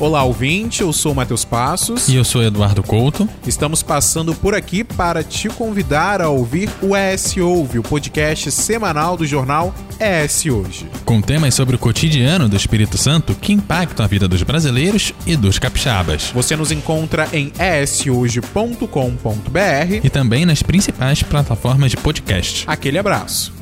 Olá, ouvinte, eu sou o Matheus Passos. E eu sou Eduardo Couto. Estamos passando por aqui para te convidar a ouvir o ES Ouve, o podcast semanal do jornal ES Hoje. Com temas sobre o cotidiano do Espírito Santo que impactam a vida dos brasileiros e dos capixabas. Você nos encontra em eshoje.com.br e também nas principais plataformas de podcast. Aquele abraço.